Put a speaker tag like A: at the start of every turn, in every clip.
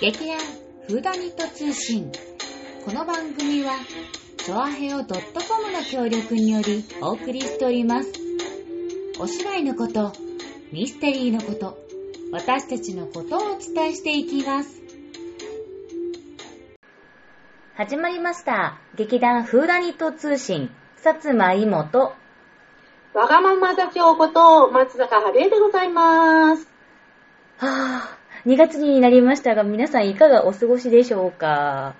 A: 劇団フーダニット通信この番組はチョアヘオ .com の協力によりお送りしておりますお芝居のことミステリーのこと私たちのことをお伝えしていきます始まりました劇団フーダニット通信薩摩妹
B: わがまま座長こと松坂春江でございます。
A: はあ、2月になりましたが、皆さんいかがお過ごしでしょうか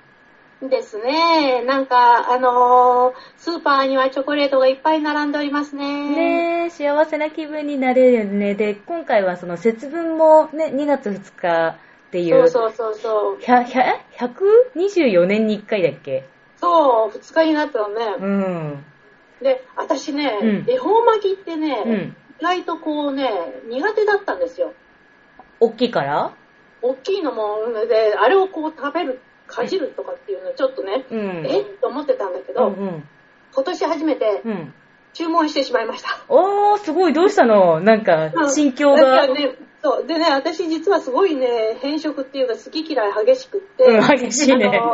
B: ですね。なんか、あのースーパーにはチョコレートがいっぱい並んでおりますね。
A: ねえ、幸せな気分になれるよね。で、今回はその節分もね、2月2日ってい
B: そう
A: う、
B: そうそうそう。
A: ひゃひゃえ124年に1回だっけ
B: そう、二日になったのね。
A: うん。
B: で、私ね、
A: うん
B: 恵方巻きってね、
A: うん。
B: 意外とこうね、苦手だったんですよ。
A: 大きいから
B: 大きいのも、で、あれをこう食べる、かじるとかっていうのちょっとね、
A: うん。
B: えっと思ってたんだけ
A: う
B: ど、
A: んうん。
B: 今年初めて
A: うん。
B: 注文してしまいました。
A: おー、すごい、どうしたのなんか
B: う、ん
A: 心境が
B: だか、らね、そう。でね、私実はすごいね、偏食っていうか好き嫌い激しくって、
A: うん、激しいね。
B: あ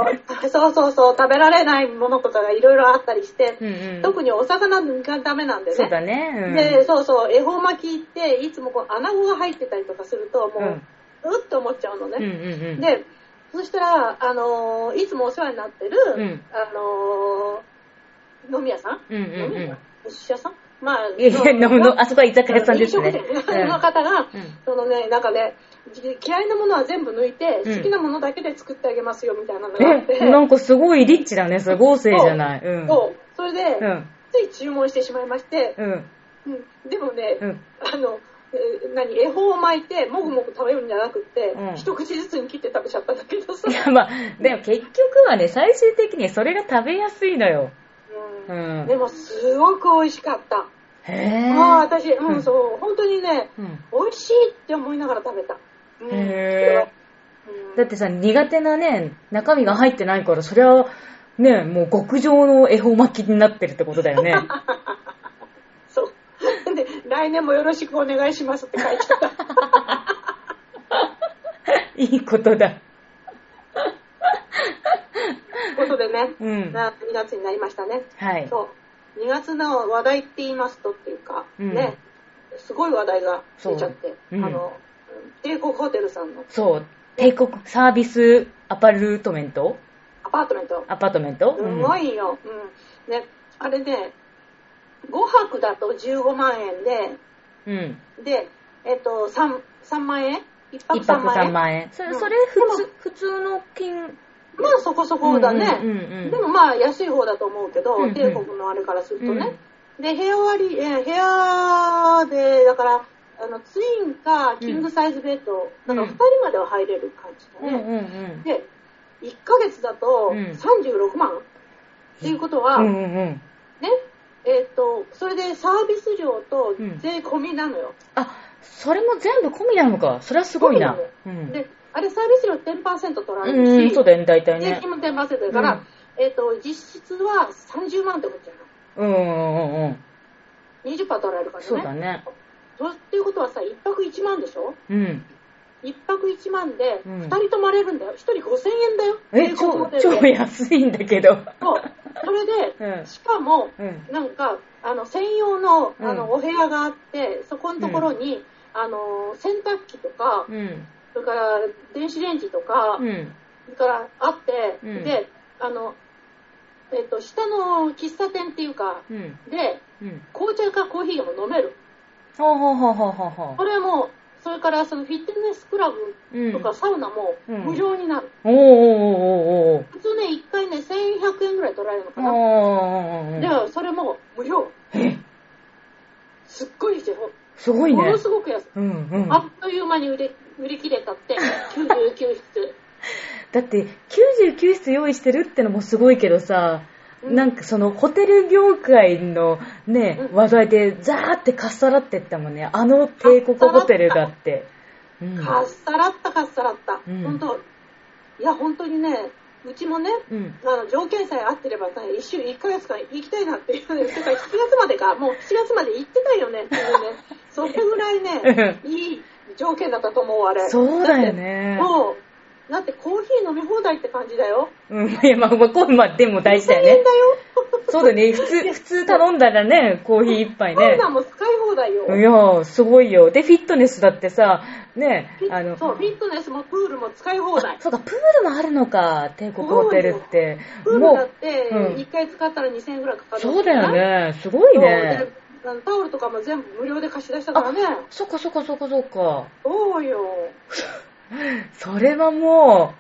B: のそうそうそう、食べられないものとかがいろいろあったりして、
A: うんうん。
B: 特にお魚がダメなんでね。
A: そうだね。うん。
B: で、そうそう、恵方巻きって、いつもこう、穴子が入ってたりとかすると、
A: う
B: も
A: ん。
B: う、うっと思っちゃうの
A: うんうん
B: ね。
A: うん。
B: で、そしたら、あのーいつもお世話になってる、
A: うん
B: あのー飲み屋さん、
A: うんうん
B: 飲み
A: う
B: 屋
A: ん。
B: お寿司屋さんまあ、
A: いやいや、飲むの、あそこは居酒屋さんです ね。
B: 飲食店の方が、
A: うん
B: そのね、なんかね、嫌いなものは全部抜いて、
A: うん
B: 好きなものだけで作ってあげますよみたいなのがあって、
A: え、なんかすごいリッチだね、すごい豪勢じゃない。うん。
B: そうそれで、
A: うん。
B: つい注文してしまいまして、
A: うん。
B: うんでもね、
A: うん。
B: あの、えー何、恵方を巻いて、もぐもぐ食べるんじゃなくって、
A: うん
B: 一口ずつに切って食べちゃったんだけどさ
A: い、や、 まあ、でも結局はね、最終的にそれが食べやすいのよ。う
B: うん
A: ん
B: で。もすごく美味しかった。
A: へぇ
B: ああ、私、うん、
A: うん
B: そう、本当にね、
A: ー。うん。
B: 美味しいって思いながら食べた。うん、
A: へ
B: うん
A: だってさ、苦手なね、中身が入ってないから、それは、ね、もう極上の恵方巻きになってるってことだよ ね。
B: そう。で、来年もよろしくお願いしますって書いてた。
A: いいことだ。
B: ということでね、
A: うん。は
B: な2月になりましたね。
A: い。
B: そう。2月の話題って言いますとっていうか、
A: うん
B: ね、すごい話題が出ちゃって、
A: そううん
B: あの、帝国ホテルさんの
A: そう。帝国サービスアパルートメント
B: アパートメント、
A: アパートメント
B: す
A: うん
B: ごいよ。うん。ね、あれね、5泊だと15万円
A: うん。
B: で、で、えっと、3、三万円一泊
A: 一泊
B: 3万
A: 3
B: 円
A: 万円。それ、
B: うん
A: それ普通、普通の金。
B: まあそこそこだね。
A: うんうんうん
B: でもまあ安い方だと思うけど、
A: うんうん
B: 帝国のあれからするとね。で、部屋割り、えー部屋で、だから、あの、ツインかキングサイズベッド、
A: うん
B: なんか2人までは入れる感じ
A: うん
B: だ
A: う
B: ね。
A: んうん。
B: で、1ヶ月だと
A: うん
B: 36万、っていうことは、
A: うん
B: ね、
A: うんうん。
B: えっ、と、それでサービス料と税込みなのよ。
A: あ、それも全部込みなのか。それはすごいな。うん。
B: で、あれサービス料10%取られ
A: うんう
B: る
A: ん、
B: し、
A: そうだよね、大体
B: 税
A: ね
B: 金。も10%だから、
A: うん
B: えっ、と、実質は30万ってことじゃな
A: う
B: い
A: んうんうんうん。
B: 20%取られるからね。
A: そうだね。
B: とっていうことはさ、1泊1万でしょ
A: うん。
B: 1泊1万で
A: うん
B: 2人泊まれるんだよ。1人5000円だよ。
A: え、
B: 帝国ホ
A: 超
B: テ、ルで
A: 超安いんだけど。
B: そうそれ
A: う
B: で、
A: ん。
B: しかも、
A: うん。
B: なんか、あの、専用の、あ
A: うん
B: の、お部屋があって、そこのところに、あの、洗濯機とか、
A: うん。
B: それから、電子レンジとか、
A: うん。
B: それから、あって、
A: うん
B: で、あの、えっと、下の喫茶店っていうか、
A: うん。
B: で、
A: うん。
B: 紅茶かコーヒーがも飲める。
A: ほうほうほうほうほうほ
B: これも、それからそのフィットネスクラブ
A: う。うん。
B: とかサウナも
A: うん
B: 無料になる。
A: おーおーおーおーおー
B: 普通ね、1回ね、1100円ぐらい取られるの
A: お
B: か
A: ーお
B: な。
A: ーおーおーおー
B: では、それも無料。
A: え、
B: すっごいですよ。
A: すごい
B: も
A: ね
B: の。すごく安い。
A: うんうん。
B: あっという間に売れ売り切れ たって、99室。
A: だって99室用意してるってのもすごいけどさ、
B: うん
A: なんかそのホテル業界のね、
B: うん
A: 話題でザーってかっさらってったもんねあの帝国ホテルだって、うん、
B: かっさらったかっさらった。
A: うん
B: 本当いや、本当にね、うちもね、
A: うん
B: あの条件さえ合ってればさ、一週1ヶ月間行きたいなっていうので、だから7月までか、もう7月まで行ってたよねっていう ね、それぐらいね、いい条件だったと思う、あれ。
A: そうだよ
B: って
A: ね
B: もう、だってコーヒー飲み放題って感じだよ。
A: うん、いや、まあ、まあ、こうまあ、でも大事だよ
B: だ
A: ね
B: よ。。
A: そうだね。普 通、普通頼んだらね、コーヒー一杯
B: コー
A: ね
B: ナ。ーも使い放題よ。
A: いやー、すごいよ。で、フィットネスだってさ、ね、あの、
B: そう、フィットネスもプールも使い放題。
A: そうか、プールもあるのか、帝国ホテルって。
B: プールだっ
A: も
B: て
A: うん
B: 1回使ったら2000円ぐらいかか
A: う、
B: る。
A: そうだよ。ね。すごいね。
B: そうであのタオルとかも全部無料で貸し出したからね。
A: そっかそっかそっかそっか。
B: そうよ。
A: それはも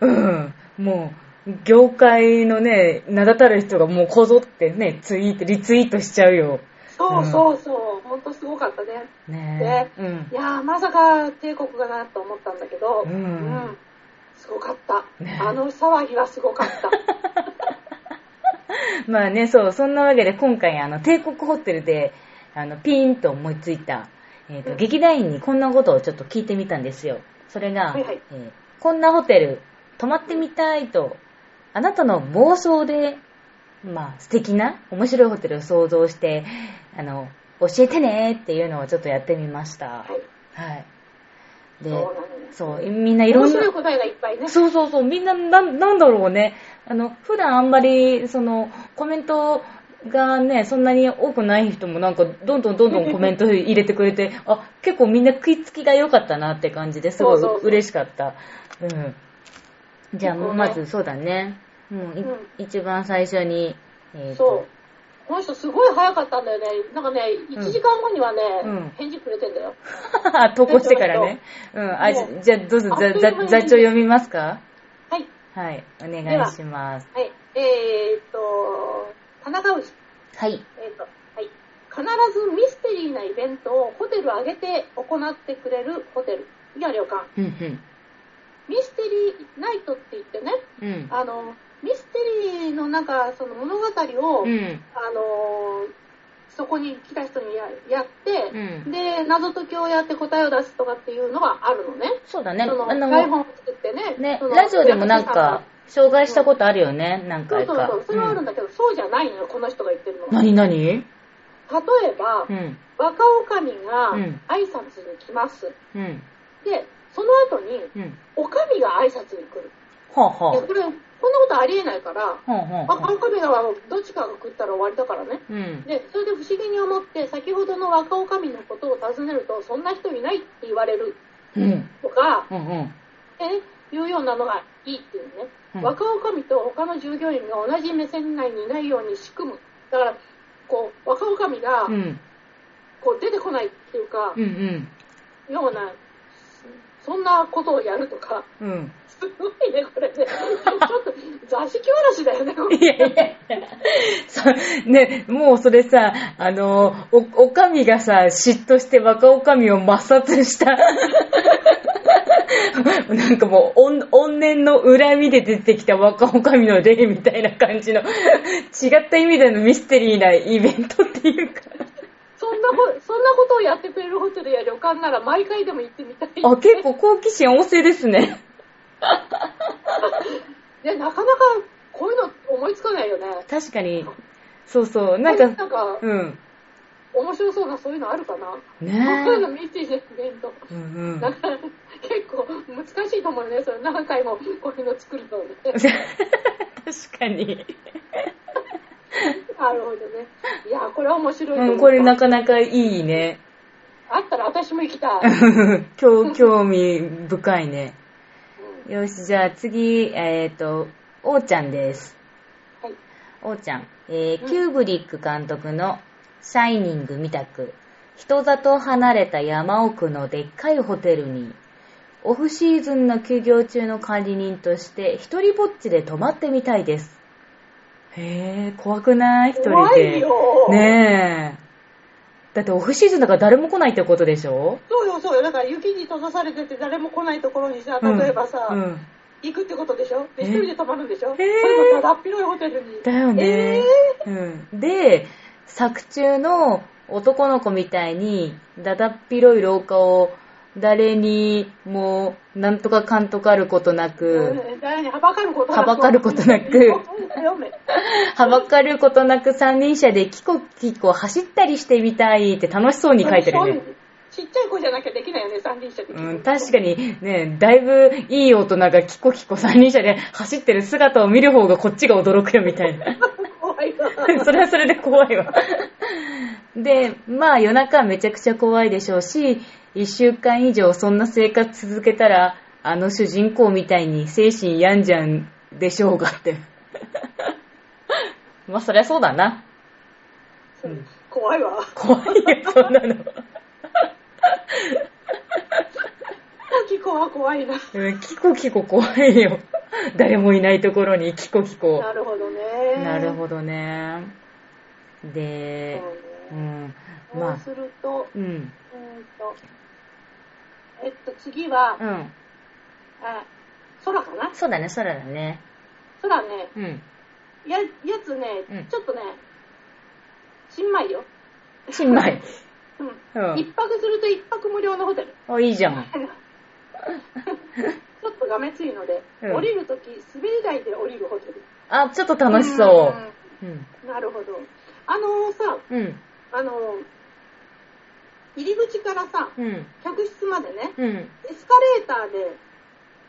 A: う、うん、もう、業界のね、名だたる人がもうこぞってね、ツイート、リツイートしちゃうよ。
B: そうそうそう。ほんとすごかったね。
A: ねえ。うん
B: い。やー、まさか帝国がなと思ったんだけど、
A: うん
B: すごかった。
A: ね
B: あの騒ぎはすご かった。
A: まあね、そう、そんなわけで今回、あの、帝国ホテルで、あの、ピーンと思いついた、えっ、と、
B: うん
A: 劇団員にこんなことをちょっと聞いてみたんですよ。それが、
B: はいはい
A: えーこんなホテル、泊まってみたいと、あなたの妄想で、まあ、素敵な、面白いホテルを想像して、あの、教えてねっていうのをちょっとやってみました
B: は。い
A: はい。
B: そ
A: で
B: う、
A: そ
B: なの
A: う、
B: よ
A: みんないろ
B: 面
A: んな
B: 白い、答えがいっぱいね。
A: そうそうそう、みんな、なん、なんだろうね。あの、普段あんまり、その、コメントがね、そんなに多くない人もなんか、どんどんどんどんコメント入れてくれて、 あ、結構みんな食いつきが良かったなって感じですごい
B: そうそうそう
A: 嬉しかった。うん。じゃあ、
B: 結構ね
A: まず、そうだね。うん、い
B: うん
A: 一番最初に、えー
B: そう
A: と。
B: この人すごい早かったんだよね。なんかね、
A: ん
B: 1時間後にはね、
A: うん
B: 返事くれてんだよ。
A: 投稿してからね。うん、あ、じ
B: もう
A: じゃあ、どうぞ、
B: あっ
A: ざ
B: という
A: ざ
B: 間に
A: 雑長読みますか
B: はい。
A: はい、お願
B: ではい
A: します。
B: はい。えーっと、田中氏。
A: はい。
B: えーっと、はい。必ずミステリーなイベントをホテル挙げて行ってくれるホテル。いや、旅館。
A: うん、うん。
B: ミステリーナイトって言ってね、
A: うん。
B: あの、ミステリーのなんか、その物語を、
A: うん。
B: あのーそこに来た人にややって、
A: うん
B: で、謎解きをやって答えを出すとかっていうのはあるのね。
A: そうだね。
B: その
A: あの、
B: 台本を作ってね。
A: ね
B: そ、の
A: ラジオでもなんか、紹介したことあるよね、何
B: そ
A: 回
B: うそう
A: か。
B: そう、それはあるんだけど、そうじゃないのよ、この人が言ってるのは。
A: 何何
B: 例えば、
A: うん。
B: 若女将が
A: うん
B: 挨拶に来ます。
A: うん。
B: で、その後に、
A: うん。
B: 女将が挨拶に来る。
A: ほうほ
B: で、
A: う。
B: これ、こんなことありえないから、
A: ほうほう
B: あ、
A: ほう。
B: 女将がどっちかが食ったら終わりだからね。
A: うん。
B: で、それで不思議に思って、先ほどの若女将のことを尋ねると、そんな人いないって言われる
A: うん。
B: とか、
A: うんうん。
B: えいうようなのがいいっていうね。
A: うん
B: 若女将と他の従業員が同じ目線内にいないように仕組む。だから、こう、若女将が
A: う、ん。
B: こう、出てこないっていうか
A: う、ん
B: ような、そんなことをやるとか、
A: うん。うん。
B: すごいね、これね。ちょっと、座敷わらしだよね、これ
A: いやいやいや。そうね、もうそれさ、あの、お、おかみがさ、嫉妬して若おかみを抹殺した。 なんかもう、おん怨念の恨みで出てきた若おかみの霊みたいな感じの、違った意味でのミステリーなイベントっていうか。
B: そんなほ、 そんなことをやってくれるホテルや旅館なら毎回でも行ってみたい。
A: あ、結 構好奇心旺盛ですね。
B: ね、なかなかこういうの思いつかないよね。
A: 確かに、そうそう、なんか、
B: なんか、
A: うん。
B: 面白そうなそういうのあるかな。
A: ね
B: こういうの見てるイベント。
A: え。うんうん
B: な。んか、結構難しいと思うね。それ何回も こういうの作るのね。
A: 確かに。
B: なるほどね。いや、これは面白いと思
A: う、
B: うん
A: これなかなかいいね。
B: あったら私も行きたい。
A: 興興味深いね。よし、じゃあ次、えっ、と、おーちゃんです。
B: はい。
A: おーちゃん、えー
B: うん
A: キューブリック監督のシャイニング見たく、人里離れた山奥のでっかいホテルに、オフシーズンの休業中の管理人として、一人ぼっちで泊まってみたいです。へえ、怖くない一人で。
B: 怖いよ。
A: ねえ。だってオフシーズンだから誰も来ないってことでしょ
B: そうよ、そうよ。だから雪に閉ざされてて誰も来ないところにさ、
A: うん
B: 例えばさ、
A: うん。
B: 行くってことでしょ
A: え
B: で、一人で泊まるんでしょ、
A: ー
B: それもだだっ広いホテルに。
A: だよね、うん。で、作中の男の子みたいに、だだっ広い廊下を、誰にも、なんとかかんとかあることなく、
B: 誰にはばかることなく。
A: はばかることなく
B: 読め
A: はばかることなく三輪車でキコキコ走ったりしてみたいって楽しそうに書いてるね。
B: そうちっちゃい子じゃなきゃできないよね、三輪車って。
A: うん、確かにね、だいぶいい大人がキコキコ三輪車で走ってる姿を見る方がこっちが驚くよみたいな。
B: 怖いわ。
A: それはそれで怖いわ。で、まあ夜中はめちゃくちゃ怖いでしょうし、一週間以上そんな生活続けたら、あの主人公みたいに精神病んじゃうんでしょうかって。 まあそりゃそうだな。
B: うん怖いわ。
A: 怖いよ、そんな の。
B: キコは怖いな。
A: うんキコキコ怖いよ。誰もいないところにキコキコ。
B: なるほどね。
A: なるほ
B: ど。
A: どね。で、う
B: そ
A: ん、
B: うねそ
A: ま
B: う
A: あ、
B: すると、
A: うん、
B: うーんと、えっと、次は、
A: うん。
B: あ空かな
A: そうだね、そうだね。
B: 空ね、
A: うん。
B: や、やつね、
A: うん
B: ちょっとね、新米よ。
A: 新米。
B: うん。
A: うん
B: 一泊すると一泊無料 のホテル。
A: あ、いいじゃん。
B: ちょっとがめついので、
A: うん
B: 降りるとき、滑り台で降りるホテル。
A: あ、ちょっと楽しそう。うん。
B: うん。なるほど。あのさ、
A: うん。
B: あの入り口からさ、
A: うん。
B: 客室までね、
A: うん。
B: エスカレーターで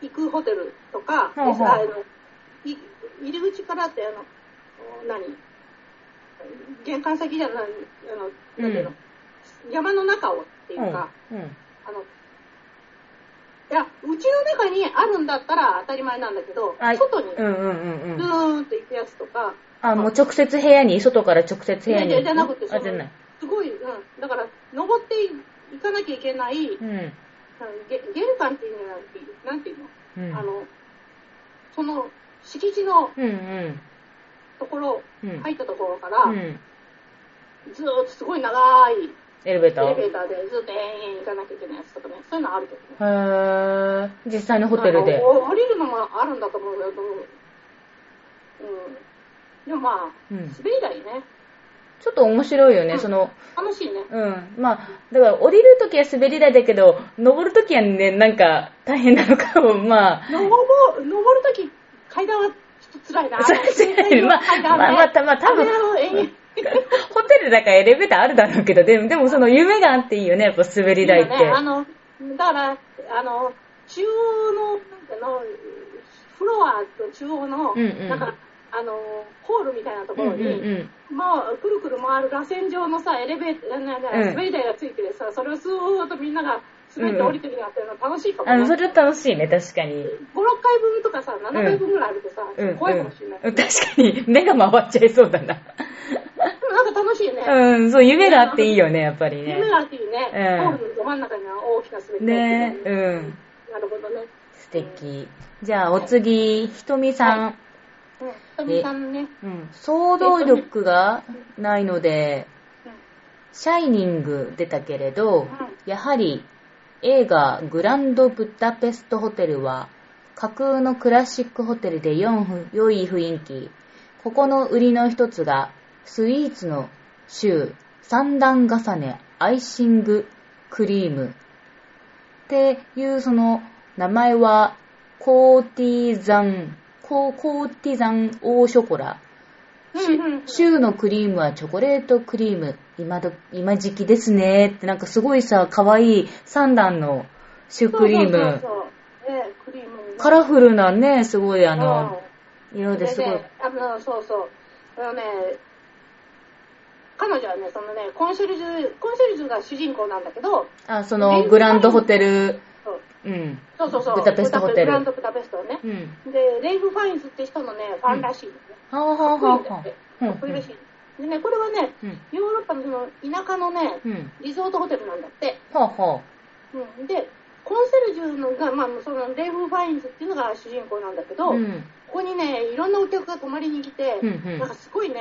B: 行くホテルとか、
A: ほうほう
B: あのい入り口からって、あの、何玄関先じゃない、あの、なんていうの、山の中をっていうか、
A: うん。
B: あの、いや、うちの中にあるんだったら当たり前なんだけど、
A: あ
B: 外に
A: う
B: ず
A: んうんうんうん。
B: ーんと行くやつとか、
A: あ、もう直接部屋に、外から直接部屋
B: いやいや
A: に。
B: じゃなくてそ
A: あ、
B: の
A: じゃない。
B: すごい、うん、だから、登っていかなきゃいけない、
A: うん。
B: うんげ玄関っていうのは、なんていうの、
A: うん。
B: あの、その敷地の
A: うんうん。
B: ところ、
A: うん。
B: 入ったところから、
A: うん。
B: ずーっとすごい長い
A: エレベータ
B: エレ
A: ー
B: ベーターでずっと延々行かなきゃいけないやつとかね、そういうのあるけどね。
A: へー。実際のホテル
B: なん
A: で
B: か。お降りるのもあるんだと思うけど、うん。でもまあ、
A: うん。
B: 滑り台ね。
A: ちょっと面白いよね、
B: うん
A: その、
B: 楽しいね。
A: うん。まあ、だから降りるときは滑り台だけど、登るときはね、なんか大変なのかも、ま あ。
B: 登ぼ登るとき、階段はちょっと辛いな。
A: それは違うまあ
B: 階段ね
A: まあまあたまあ多分
B: あれを延々
A: ホテルだからエレベーターあるだろうけど、でも、でもその夢があっていいよね、やっぱ滑り台って。
B: いいよね、あの、だから、あの、中央の、なんていうの、フロアと中央の、
A: うんうん
B: なんか、あの、ホールみたいなとこ
A: うん
B: ろ
A: うん
B: に、
A: うん。
B: まあ、くるくる回る螺旋状のさ、エレベーター、なんか
A: うん
B: 滑り台がついててさ、それをスーッとみんなが滑って降りてるなっていうの楽しいかも
A: あ
B: ね。
A: の、それは楽しいね、確かに。
B: 5、6回分とかさ、7回分ぐらいあるとさ、
A: うん、うん。
B: 怖いかもしれない。
A: 確かに、目が回っちゃいそうだな。
B: でも なんか楽しいね。
A: うん、そう、夢があっていいよね、やっぱりね。
B: 夢があっていいね。
A: うん
B: ホールのど真ん中には大きな滑り台
A: ね
B: ついてるね
A: うん。
B: なるほどね。
A: 素敵。じゃあ、お次、ひとみさん。
B: うん。トミさんね。
A: うん。想像力がないので、
B: うん
A: シャイニング出たけれど、
B: ん
A: やはり映画グランドブダペストホテルは架空のクラシックホテルで4ふ良い雰囲気。ここの売りの一つがスイーツのシュー、三段重ね、アイシング、クリーム。っていうその名前はコーティザン、コーコーティザンオーショコラ。
B: うんうん
A: シューのクリームはチョコレートクリーム、今ど、今時期ですねって、なんかすごいさ、可愛い三段のシュークリー
B: そうそう
A: ム
B: そ。うそうねクリームね
A: カラフルなね、すごいあ
B: うん
A: の、色ですごい
B: で。ねあの、そうそう。あのね、彼女はね、そのね、コンシェルジュ、コンシェルジュが主人公なんだけど、
A: あ、その、グランドホテル、
B: そう
A: うん。
B: そうそうそう。
A: ブダペストホテル
B: ブダペグランドブダペストね
A: う。ん。
B: で、レイフ・ファインズって人のね、ファンらしいのね。
A: はぁはぁ
B: かっ
A: はぁは
B: こいいんだって
A: ぁ。
B: かっこいいらしい。でね、これはね、
A: うん。
B: ヨーロッパのその田舎のね、
A: うん。うん。
B: リゾートホテルなんだって。
A: はぁは
B: うん、で、コンシェルジュのが、まあ、そのレイフ・ファインズっていうのが主人公なんだけ
A: ぁ。
B: ど、
A: うん。
B: ここにね、いろんなお客が泊まりに来て、
A: うんうん
B: なんかすごいね、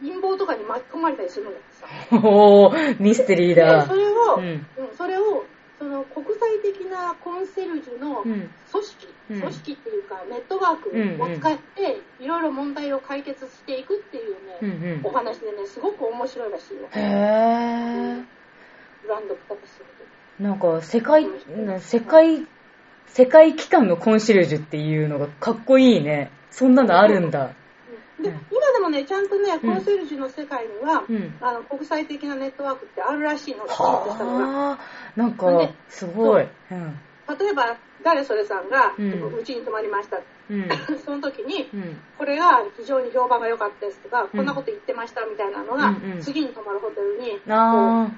B: 陰謀とかに巻き込まれたりするんだってさ。
A: おー、ミステリー
B: で、
A: だ
B: そ。れを、
A: う
B: うん
A: ん。
B: それを、その国際的なコンセルジュの
A: う
B: 組
A: ん。
B: 織、
A: うん
B: 組織っていうかネットワークを使って、いろいろ問題を解決していくっていう
A: うんう
B: ね、
A: ん
B: お。話でね、すごく面白いらしいよ。
A: へぇー。
B: ブランドプタプス
A: なんか、世界、な世界、世界機関のコンシェルジュっていうのがかっこいいね。そんなのあるんだ。うん
B: で、今でももね、ちゃんとね、コンシェルジュの世界には、
A: うん
B: あの国際的なネットワークってあるらしいの、きちんとしたのが。
A: はあ、なんか、すごい。うん。
B: 例えば、誰それさんが、
A: うん
B: うちに泊まりました。
A: うん。
B: その時に、
A: うん。
B: これが非常に評判が良かったですとか、こんなこと言ってましたみたいなのが、
A: うんうん
B: 次に泊まるホテルにこ
A: あ
B: う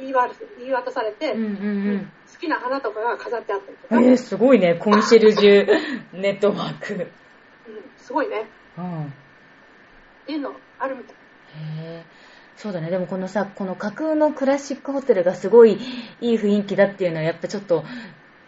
B: 言いわ言い渡されて、
A: ー。うんうん
B: 好きな花とかが飾ってあったりとか、
A: うん。えー、すごいね。コンシェルジュネットワーク。
B: うんすごいね。
A: うん。
B: っていうのあるみたい。
A: へーそうだね。でもこのさ、この架空のクラシックホテルがすごいいい雰囲気だっていうのは、やっぱちょっと、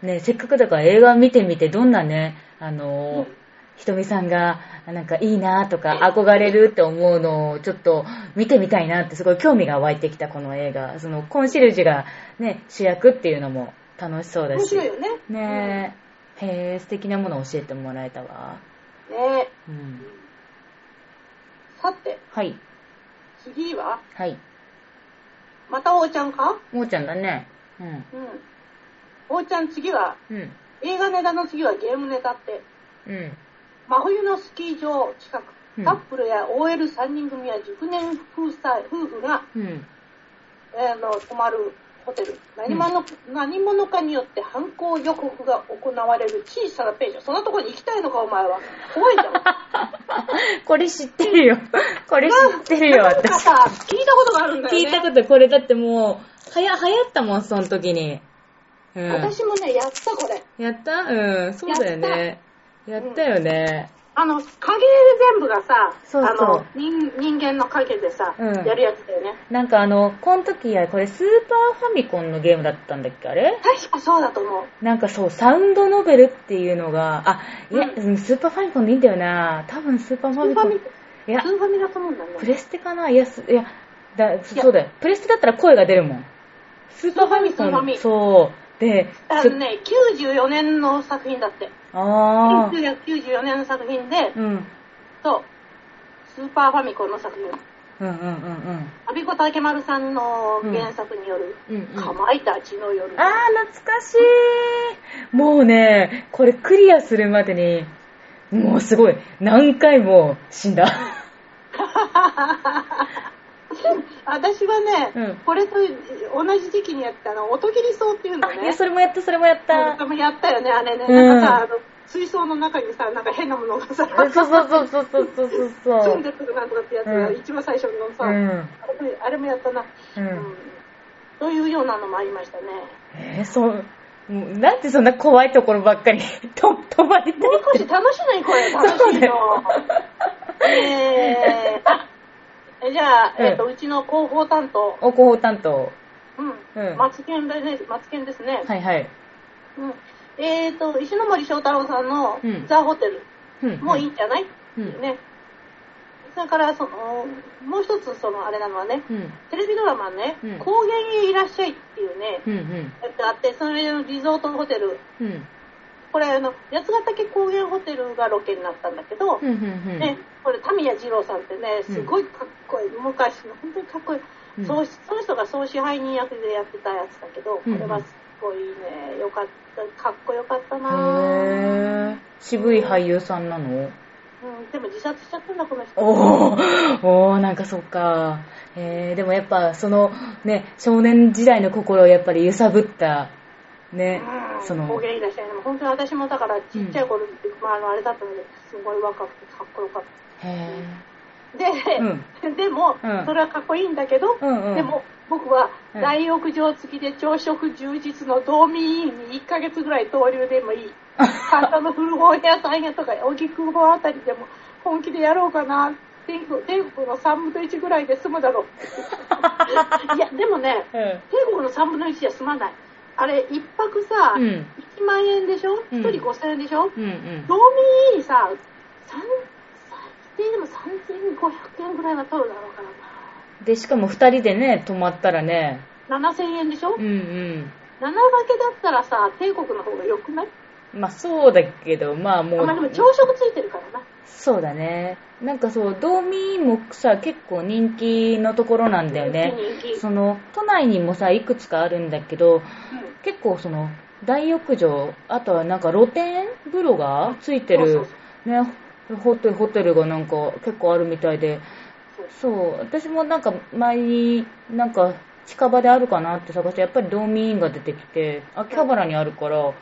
A: ね、せっかくだから映画見てみて、どんなね、あのー
B: うん
A: ひとみさんが、なんかいいなとか、憧れるって思うのを、ちょっと見てみたいなって、すごい興味が湧いてきた、この映画。その、コンシェルジュがね、主役っていうのも楽しそうだ
B: 面
A: し。
B: 白いよね。
A: ねえ、へえ、素敵なものを教えてもらえたわ。
B: うんね
A: うん。
B: さて、
A: はい、
B: 次は、
A: はい。
B: またおーちゃんか
A: もーちゃんだね。うん。
B: うん。おーちゃん次は、
A: うん。
B: 映画ネタの次はゲームネタって、
A: うん。
B: 真冬のスキー場近
A: う
B: く、
A: ん
B: カップルや OL3 人組や熟年夫妻夫婦が、
A: うん。
B: えーあの泊まるホテル何者,、何者かによって犯行予告が行われる小さなページそんなところに行きたいのかお前は怖いじゃん
A: これ知ってるよ。こ れ知ってるよ、
B: なんか
A: 私。
B: さ聞いたことがあるんだよ
A: 聞
B: ね
A: いたこと、これだってもう、はや、流行ったもん、その時に。うん。
B: 私もねやったこれ
A: やったうん、そうだよね。やったよね。
B: あの影全部がさ
A: そうそう
B: あの人人間の影でさ、
A: うん
B: やるやつだよね
A: なんかあの、この時は、これスーパーファミコンのゲームだったんだっけ、あれ
B: 確かそうだと思う
A: なんかそう、サウンドノベルっていうのが、あ、いや、
B: う
A: うんスーパーファミコンでいいんだよな。多分スーパーフ
B: ス
A: ァミ
B: ー
A: コ
B: ファ
A: ン。
B: ミ
A: いや
B: ス、ーファミだと思うんだよね
A: プレステかないや、すいや、だ
B: いや
A: そうだよ。プレステだったら声が出るもん。スーパーファミ
B: スーパー
A: コ
B: ファミ
A: ン。そう。で、
B: あ
A: す
B: のね94年の作品だって
A: あー。
B: 1994年の作品で、
A: うん。うん
B: とスーパーファミコンの作品
A: うんうん
B: 阿ビ子竹丸さんの原作による、
A: うん。うんうん、
B: か
A: あ
B: まいたちの夜。
A: ー、懐かしい。もうね、これクリアするまでに、もうすごい、何回も死んだ。
B: 私はね、
A: うん
B: これと同じ時期にやったの、音切り草っていうの
A: い
B: ね。
A: や、それもやった、それもやった。
B: もやったよね、あれね。
A: うん
B: なんかさ、あの、水槽の中にさ、なんか変なものがさ、
A: そうそうそうそうそうそうそうそ
B: 飛ん
A: う。
B: でくるなんとかってやつが
A: うん
B: 一番最初のさ、
A: うん。
B: あれもあれもやったな、
A: う
B: うん
A: ん。
B: というようなのもありましたね。
A: えー、そう、もうなんでそんな怖いところばっかり と、飛ばれて
B: もう少し楽しない、こ れ。楽しいの。えー、あ、えじゃあ、えっ、と、
A: う
B: うちの広報担当。
A: お広報担当。
B: うん。
A: うん
B: マツケンだね、マツケンですね。
A: はいはい。
B: うん。えーと、石ノ森章太郎さんの
A: うん
B: ザ・ホテル
A: うん
B: もういいんじゃない、
A: うん。
B: ね。それから、その、もう一つ、その、あれなのはね、
A: うん。
B: テレビドラマね、
A: うん
B: 高原へいらっしゃいっていうね、
A: うん。うん。
B: やってあって、それのリゾートホテル、
A: うん。
B: これ、あの、八ヶ岳高原ホテルがロケになったんだけど、
A: うん。うん。
B: ね、これ、民谷二郎さんってね、
A: うん
B: すごいかっこいい、昔の、本当にかっこいい、
A: うん
B: そうその人が総支配人役でやってたやつだけど、
A: うん
B: これはすごいね、よかった、かっこよかったな
A: へ
B: ぁ、
A: ー。渋い俳優さんなの
B: うん、でも自殺しちゃったんだ、この人。
A: おー、おー、なんかそっか。えー、でもやっぱそのね、少年時代の心をやっぱり揺さぶった、ね、
B: うん
A: そ
B: 高
A: の、
B: 原いらっしゃいね。本当に私もだから、ちっちゃい頃、まあ、あのあれだったので、すごい若くてかっこよかった。
A: へー。
B: で、
A: う
B: でも、
A: うん
B: それはかっこいいんだけど、
A: うんうん
B: でも、僕は
A: うん
B: 大浴場付きで朝食充実の道民委員に1ヶ月ぐらい投留でも いい。簡単の古本屋さんやとか、荻窪あたりでも本気でやろうかな。天国天国の3分の1ぐらいで済むだろ う。いや、でもね、
A: うん。
B: 天国の3分の1じゃ済まない。あれ、一泊さ、
A: うん。
B: 1万円でしょ
A: うん
B: ?1 人5000円でしょ、
A: うんうん。
B: 道民委員さ、三最低でも3500円ぐらいは取るだろうから
A: で、しかも二人でね、泊まったらね、
B: な。7000円でしょ、
A: うんうん。
B: 7分けだったらさ、帝国の方が良くない
A: まあそうだけど、まあもう、
B: まあでも朝食ついてるからな。
A: そうだね。なんかそう、道民もさ、結構人気のところなんだよね。
B: 人気人気
A: その、都内にもさ、いくつかあるんだけど、
B: うん
A: 結構その、大浴場、あとはなんか露天風呂がついて
B: そう
A: る
B: そう、
A: ね、ホテル、ホテルがなんか結構あるみたいで、そう、私もなんか前になんか近場であるかなって探して、やっぱりドーミーインが出てきて、秋葉原にあるから、あ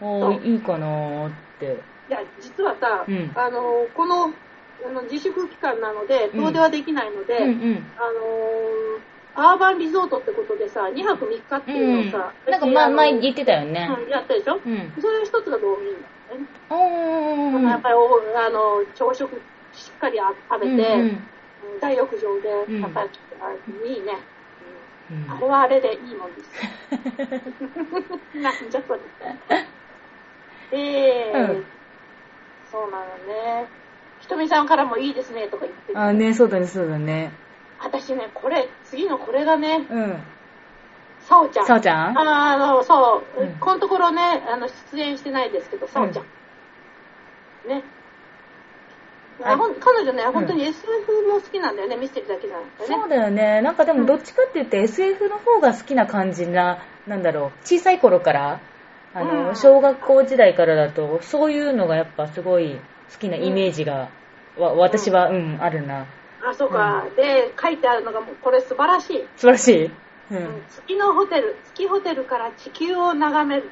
B: そう
A: ーいいかなーって。
B: いや、実はさ、
A: うん
B: あの、この、あの自粛期間なので、
A: うん
B: 遠出はできないので、
A: うんうん。
B: あのーアーバンリゾートってことでさ、2泊3日っていうのをさ、
A: なんかまあ
B: の
A: 前言ってたよね。
B: うんやったでし
A: う
B: ょ、
A: ん。
B: それ一つが道民なんだよね。
A: あー
B: やっぱりおあの朝食しっかりあ食べて、
A: うん
B: うん大浴場で、
A: うん
B: やっぱりあいいね、
A: うん
B: うんあれはあれでいいもんで す。なんじゃそれ。えー
A: うん
B: そうなのね。ひとみさんからもいいですねとか言っ
A: う
B: て
A: ん
B: る
A: あ、ね、そうだね、そうだね。
B: 私ね、これ、次のこれがね、
A: うん。
B: さおちゃん。
A: さおちゃん
B: あの、そう、
A: うん
B: このところね、あの、出演してないですけど、さおちゃん。ね。
A: はい
B: あほん彼女ね、
A: ん
B: 本当に SF も好きなんだよね、ミステリーだけじゃなくてね
A: そう。だよね。なんかでもどっちかって言って SF の方が好きな感じな、なんだろう、小さい頃から、あの、
B: うん
A: 小学校時代からだと、そういうのがやっぱすごい好きなイメージが、わ私は、うん、あるな。
B: あ、そうか。で、書いてあるのが、もうこれ素晴らしい。
A: 素晴らしい。う
B: うん
A: ん。
B: 月のホテル、月ホテルから地球を眺める。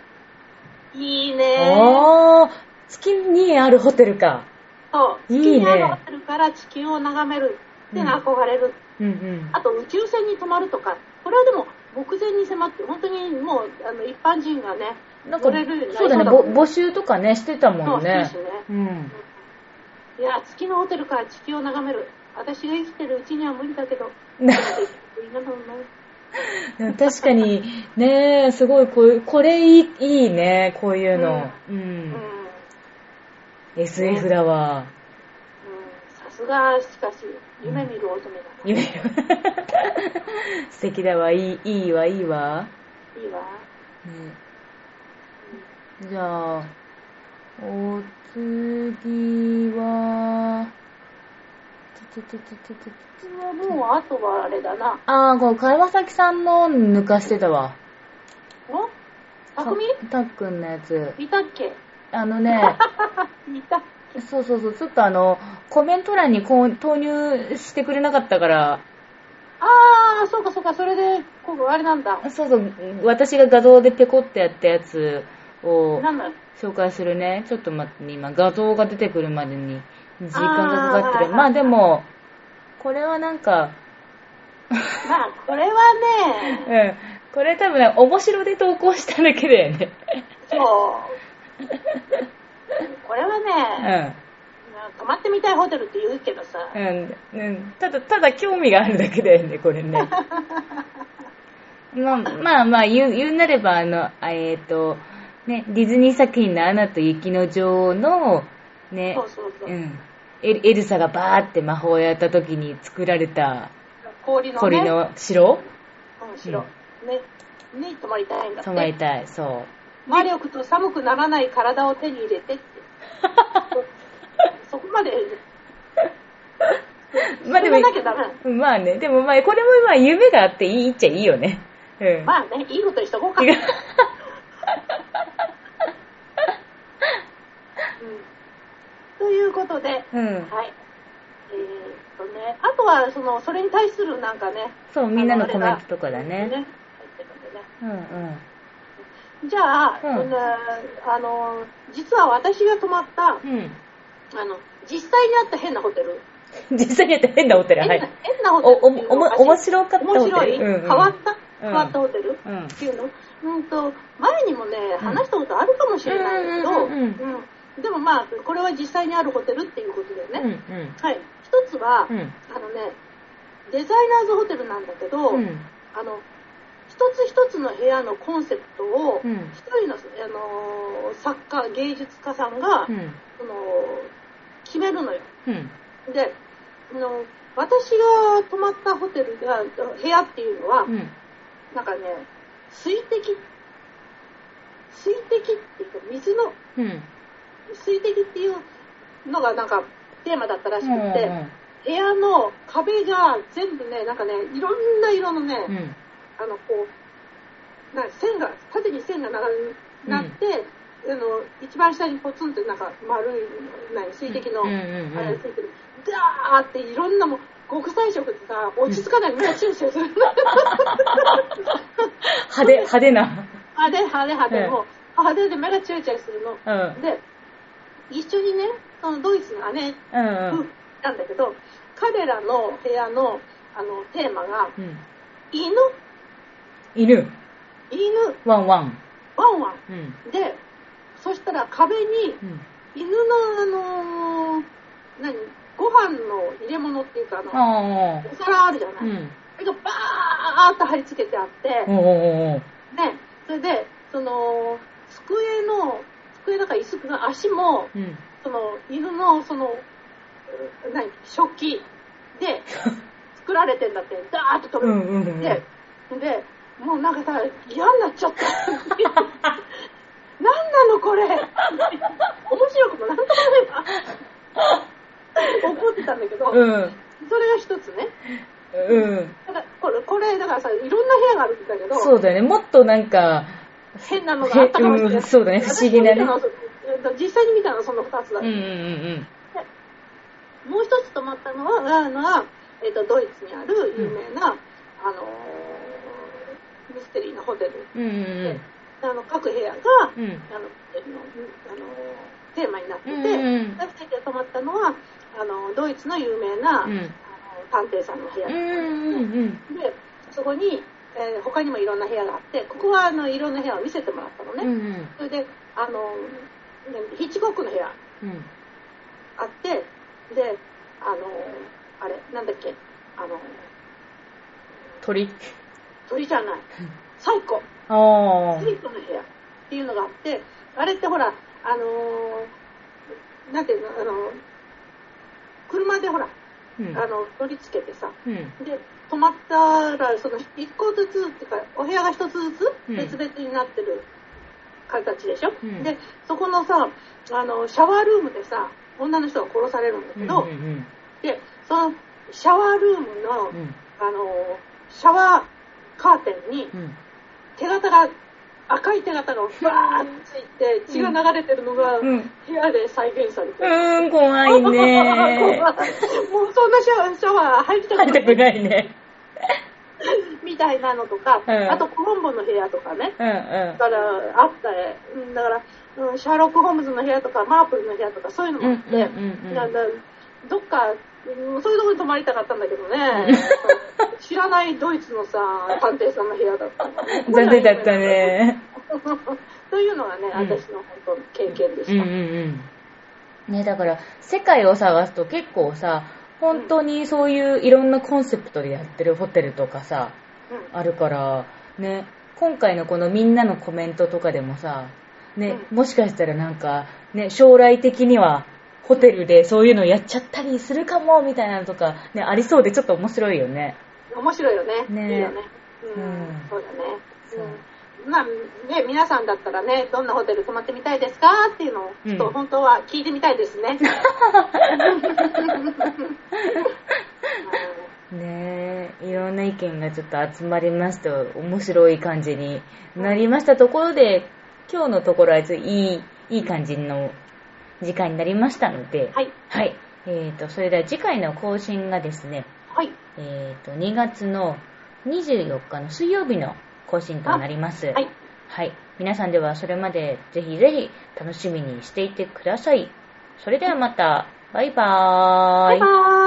B: いいね
A: あー、月にあるホテルか。
B: そう。
A: いい
B: 月
A: ね
B: にあるホテルから地球を眺めるっての
A: うん
B: 憧れる。
A: うんうん。
B: あと宇宙船に泊まるとか、これはでも目前に迫って、本当にもうあの一般人がね、
A: なんか
B: 乗れるようにな
A: そう
B: り
A: だね、
B: も
A: ぼ
B: ん
A: 募集とかね、してたもんね
B: そう。そうですね
A: うん。
B: いや、月のホテルから地球を眺める。私が生きてるうちには無理だけど、 今のね
A: 確かに、ねすごいこう、これいいいいね、こういうの。う
B: うん、うんん、
A: SF だわ。
B: さすが、しかし、夢見る乙女だな。
A: 夢 素敵だわ、いい、いいわ、いいわ。
B: いいわ。
A: ねじゃあ、お次は、ちょちょちょちょちょちょ
B: うんもう、あとはあれだな。
A: あー、こう、川崎さんの抜かしてたわ。
B: お匠
A: たっくんのやつ。
B: 見たっけ
A: あのね、
B: 見た。
A: そうそうそう、ちょっとあの、コメント欄にこう投入してくれなかったから、
B: あー、そうかそうか、それで、こう、あれなんだ。
A: そうそう、私が画像でペコってやったやつを
B: なんだ
A: 紹介するね。ちょっと待って、今画像が出てくるまでに時間がかかってる。
B: あー
A: まあでも、これはなんか、
B: まあ、これは
A: う
B: ね、
A: ん、これ多分ね、面白で投稿しただけだよね。
B: そう。これは
A: うん。
B: ね、なんか泊まってみたいホテルって言うけどさ、
A: うん、うん、ただ、ただ興味があるだけだよね、これね。まあ、まあ、まあ、言う、言うなれば、あの、あえっ、と、ね、ディズニー作品のアナと雪の女王の、ね
B: そ、うそうそう、
A: うん、エルエルサがバーって魔法をやった時に作られた
B: 氷のね、
A: 氷の城
B: うん白、ね、に泊まりたいんだって。
A: 泊まりたい、そ
B: 魔力と寒くならない体を手に入れ てって。そそこまで、
A: う。まあで
B: 進
A: も
B: めなきゃダメなの。
A: うんまあね、でもまあ、これもまあ夢があっていいっちゃいいよね。うん。
B: まあね、いいことにしとこうか。
A: 違う
B: うんということで、はい。
A: うん。
B: えーっとね、あとは、その、それに対するなんかね、
A: そう、みんなのコメントと
B: あ
A: か
B: のあ
A: だ
B: れが
A: ね。
B: 入ってるんでね
A: うんうん。
B: じゃあ、
A: うん
B: そんなあの、実は私が泊まった、あ
A: うん。
B: の、実際にあった変なホテル。
A: 実際にやった変なホテル、
B: 変
A: は。
B: ない変なホ
A: お、
B: テル
A: お、
B: っていうの
A: お
B: お
A: も、
B: かしい。
A: 面白かったホテ
B: 面
A: ル。
B: 白い、
A: うんうん、
B: 変わった
A: うん
B: 変わったホテル、
A: うん
B: っていうのうんと、前にもね、話したことあるかもしれないけど、
A: うんうんうん
B: うんでもまあ、これは実際にあるホテルっていうことだよ
A: う
B: ね。
A: んうん。
B: はい。一つは、
A: うん。
B: あのね、デザイナーズホテルなんだけど、
A: うん。
B: あの、一つ一つの部屋のコンセプトを、
A: うん
B: 一人の、あのー作家、芸術家さんが、
A: うん。
B: その決めるのよ。
A: うん。
B: で、あの私が泊まったホテルが、部屋っていうのは、
A: うん。
B: なんかね、水滴、水滴っていうか、水の、
A: うん。
B: 水滴っていうのがなんかテーマだったらしく
A: うん
B: て、部屋の壁が全部ね、なんかね、いろんな色のね、
A: うん。
B: あの、こう、なんか線が、縦に線がななって、あの一番下にポツンとなんか丸い何水滴の
A: うんうんうん
B: あれついてる、ダーっていろんなもん極彩色ってさ落ち着かないみんなチューチューする
A: 派手、派手な。
B: 派手派手派
A: う
B: 手
A: ん
B: もう派手で目がチューチューするの
A: うん。
B: で一緒にねそのドイツの姉
A: うん
B: 夫婦なんだけど、彼らの部屋のあのテーマが
A: うん。うん。
B: 犬
A: 犬。
B: 犬
A: ワンワン。
B: ワンワン
A: うん。
B: でそしたら壁に
A: うん。
B: 犬のあのー何ご飯の入れ物っていうかあの
A: あ
B: お皿あるじゃ
A: あ。
B: な
A: う
B: い、
A: ん。
B: それがバーッと貼り付けてあって、
A: おーおーおー
B: ねそれでその机の机だから椅子の足も
A: うん。
B: その犬のそのう何食器 で作られてんだってダーッと飛
A: う
B: ぶ、
A: んうんうん。
B: ででもうなんかさ嫌になっちゃ った何なのこれ面白くもなんともないな怒ってたんだけど、
A: うん。
B: それが一つね
A: うん。
B: ただこれこれだからさいろんな部屋があるんだけど
A: そうだよね。もっとなんか、
B: 変なのがあったかもしれない、
A: へうんそうだね不思議なね
B: 私が見たのはそうえっと実際に見たのはその二つだ、
A: うんうんうん
B: もう一つ泊まったのはあのは、えっとドイツにある有名な、あのーミステリーのホテル
A: うん。うんうん
B: あの各部屋が
A: うん。うん。
B: あの、えっとあのテーマになってて、
A: うんうん
B: 私たちが泊まったのはあのドイツの有名な、
A: うん
B: あの探偵さんの部屋
A: う
B: だったんです
A: んうんうん。
B: でそこに、えー他にもいろんな部屋があってここはあのいろんな部屋を見せてもらったのね、
A: うんうん
B: それであのねヒッチコックの部屋
A: うん。
B: あってであのあれなんだっけあの
A: 鳥。
B: 鳥じゃないサイコ
A: ああ
B: サ。イコの部屋っていうのがあってあれってほらあのなんていうのあの車でほら、
A: うん。
B: あの取り付けてさ
A: うん。
B: で泊まったらその一個ずつっていうかお部屋が一つず
A: うん
B: つ別々になってる形でしょ、
A: うん
B: でそこのさあのシャワールームでさ女の人が殺されるんだけど、
A: うんうん
B: でそのシャワールームの、
A: うん。うん
B: あのシャワーカーテンに
A: うん。
B: 手形が赤い手形がバーッついて血が流れてるのが
A: う
B: 部
A: ん。
B: 屋で再現されてる。
A: うーん、怖い ね
B: もうそんなシャワーシャワー入りたく
A: 入
B: ない
A: りたくないね。
B: みたいなのとか、
A: うん
B: あとコロンボの部屋とかね、
A: うん
B: だからあったえ、うんだから、うんシャーロック・ホームズの部屋とか、マープルの部屋とか、そういうの
A: うん。う
B: もあ
A: ん
B: って、
A: うんうん
B: な
A: うん
B: んだどっか、うんそういうところに泊まりたかったんだけど ね、知らないドイツのさ、探偵さんの部屋だった。
A: 残念だった。 ね。
B: というのが
A: う
B: ね、
A: ん
B: 私の本当の経験
A: う
B: で
A: ん
B: した。
A: うんうん。ね、だから、世界を探すと結構さ、本当にそういういろんなコンセプトでやってるホテルとかさ、
B: うん
A: あるから、ね、今回のこのみんなのコメントとかでもさ、ね、
B: う
A: もしかしたらなんか、ね、将来的には、ホテルでそういうのやっちゃったりするかも、みたいなのとか、ね、ありそうでちょっと面白いよね。
B: 面白いよね。
A: ね
B: いいよね。うん、
A: うん
B: そうだね。
A: そう
B: うん。まあ、ね、皆さんだったらね、どんなホテル泊まってみたいですかっていうのを、ちょっ
A: う
B: と
A: ん
B: 本当は聞いてみたいです ね。
A: ねえ、いろんな意見がちょっと集まりまして、面白い感じになりましたところで、今日のところはちょっといい、いい感じの時間になりましたので、
B: はい。
A: はい。えーと、それでは次回の更新がですね、
B: はい。
A: えーと、2月の24日の水曜日の更新となります。
B: はい。
A: はい。皆さんではそれまでぜひぜひ楽しみにしていてください。それではまた、バイバー
B: バイバーイ。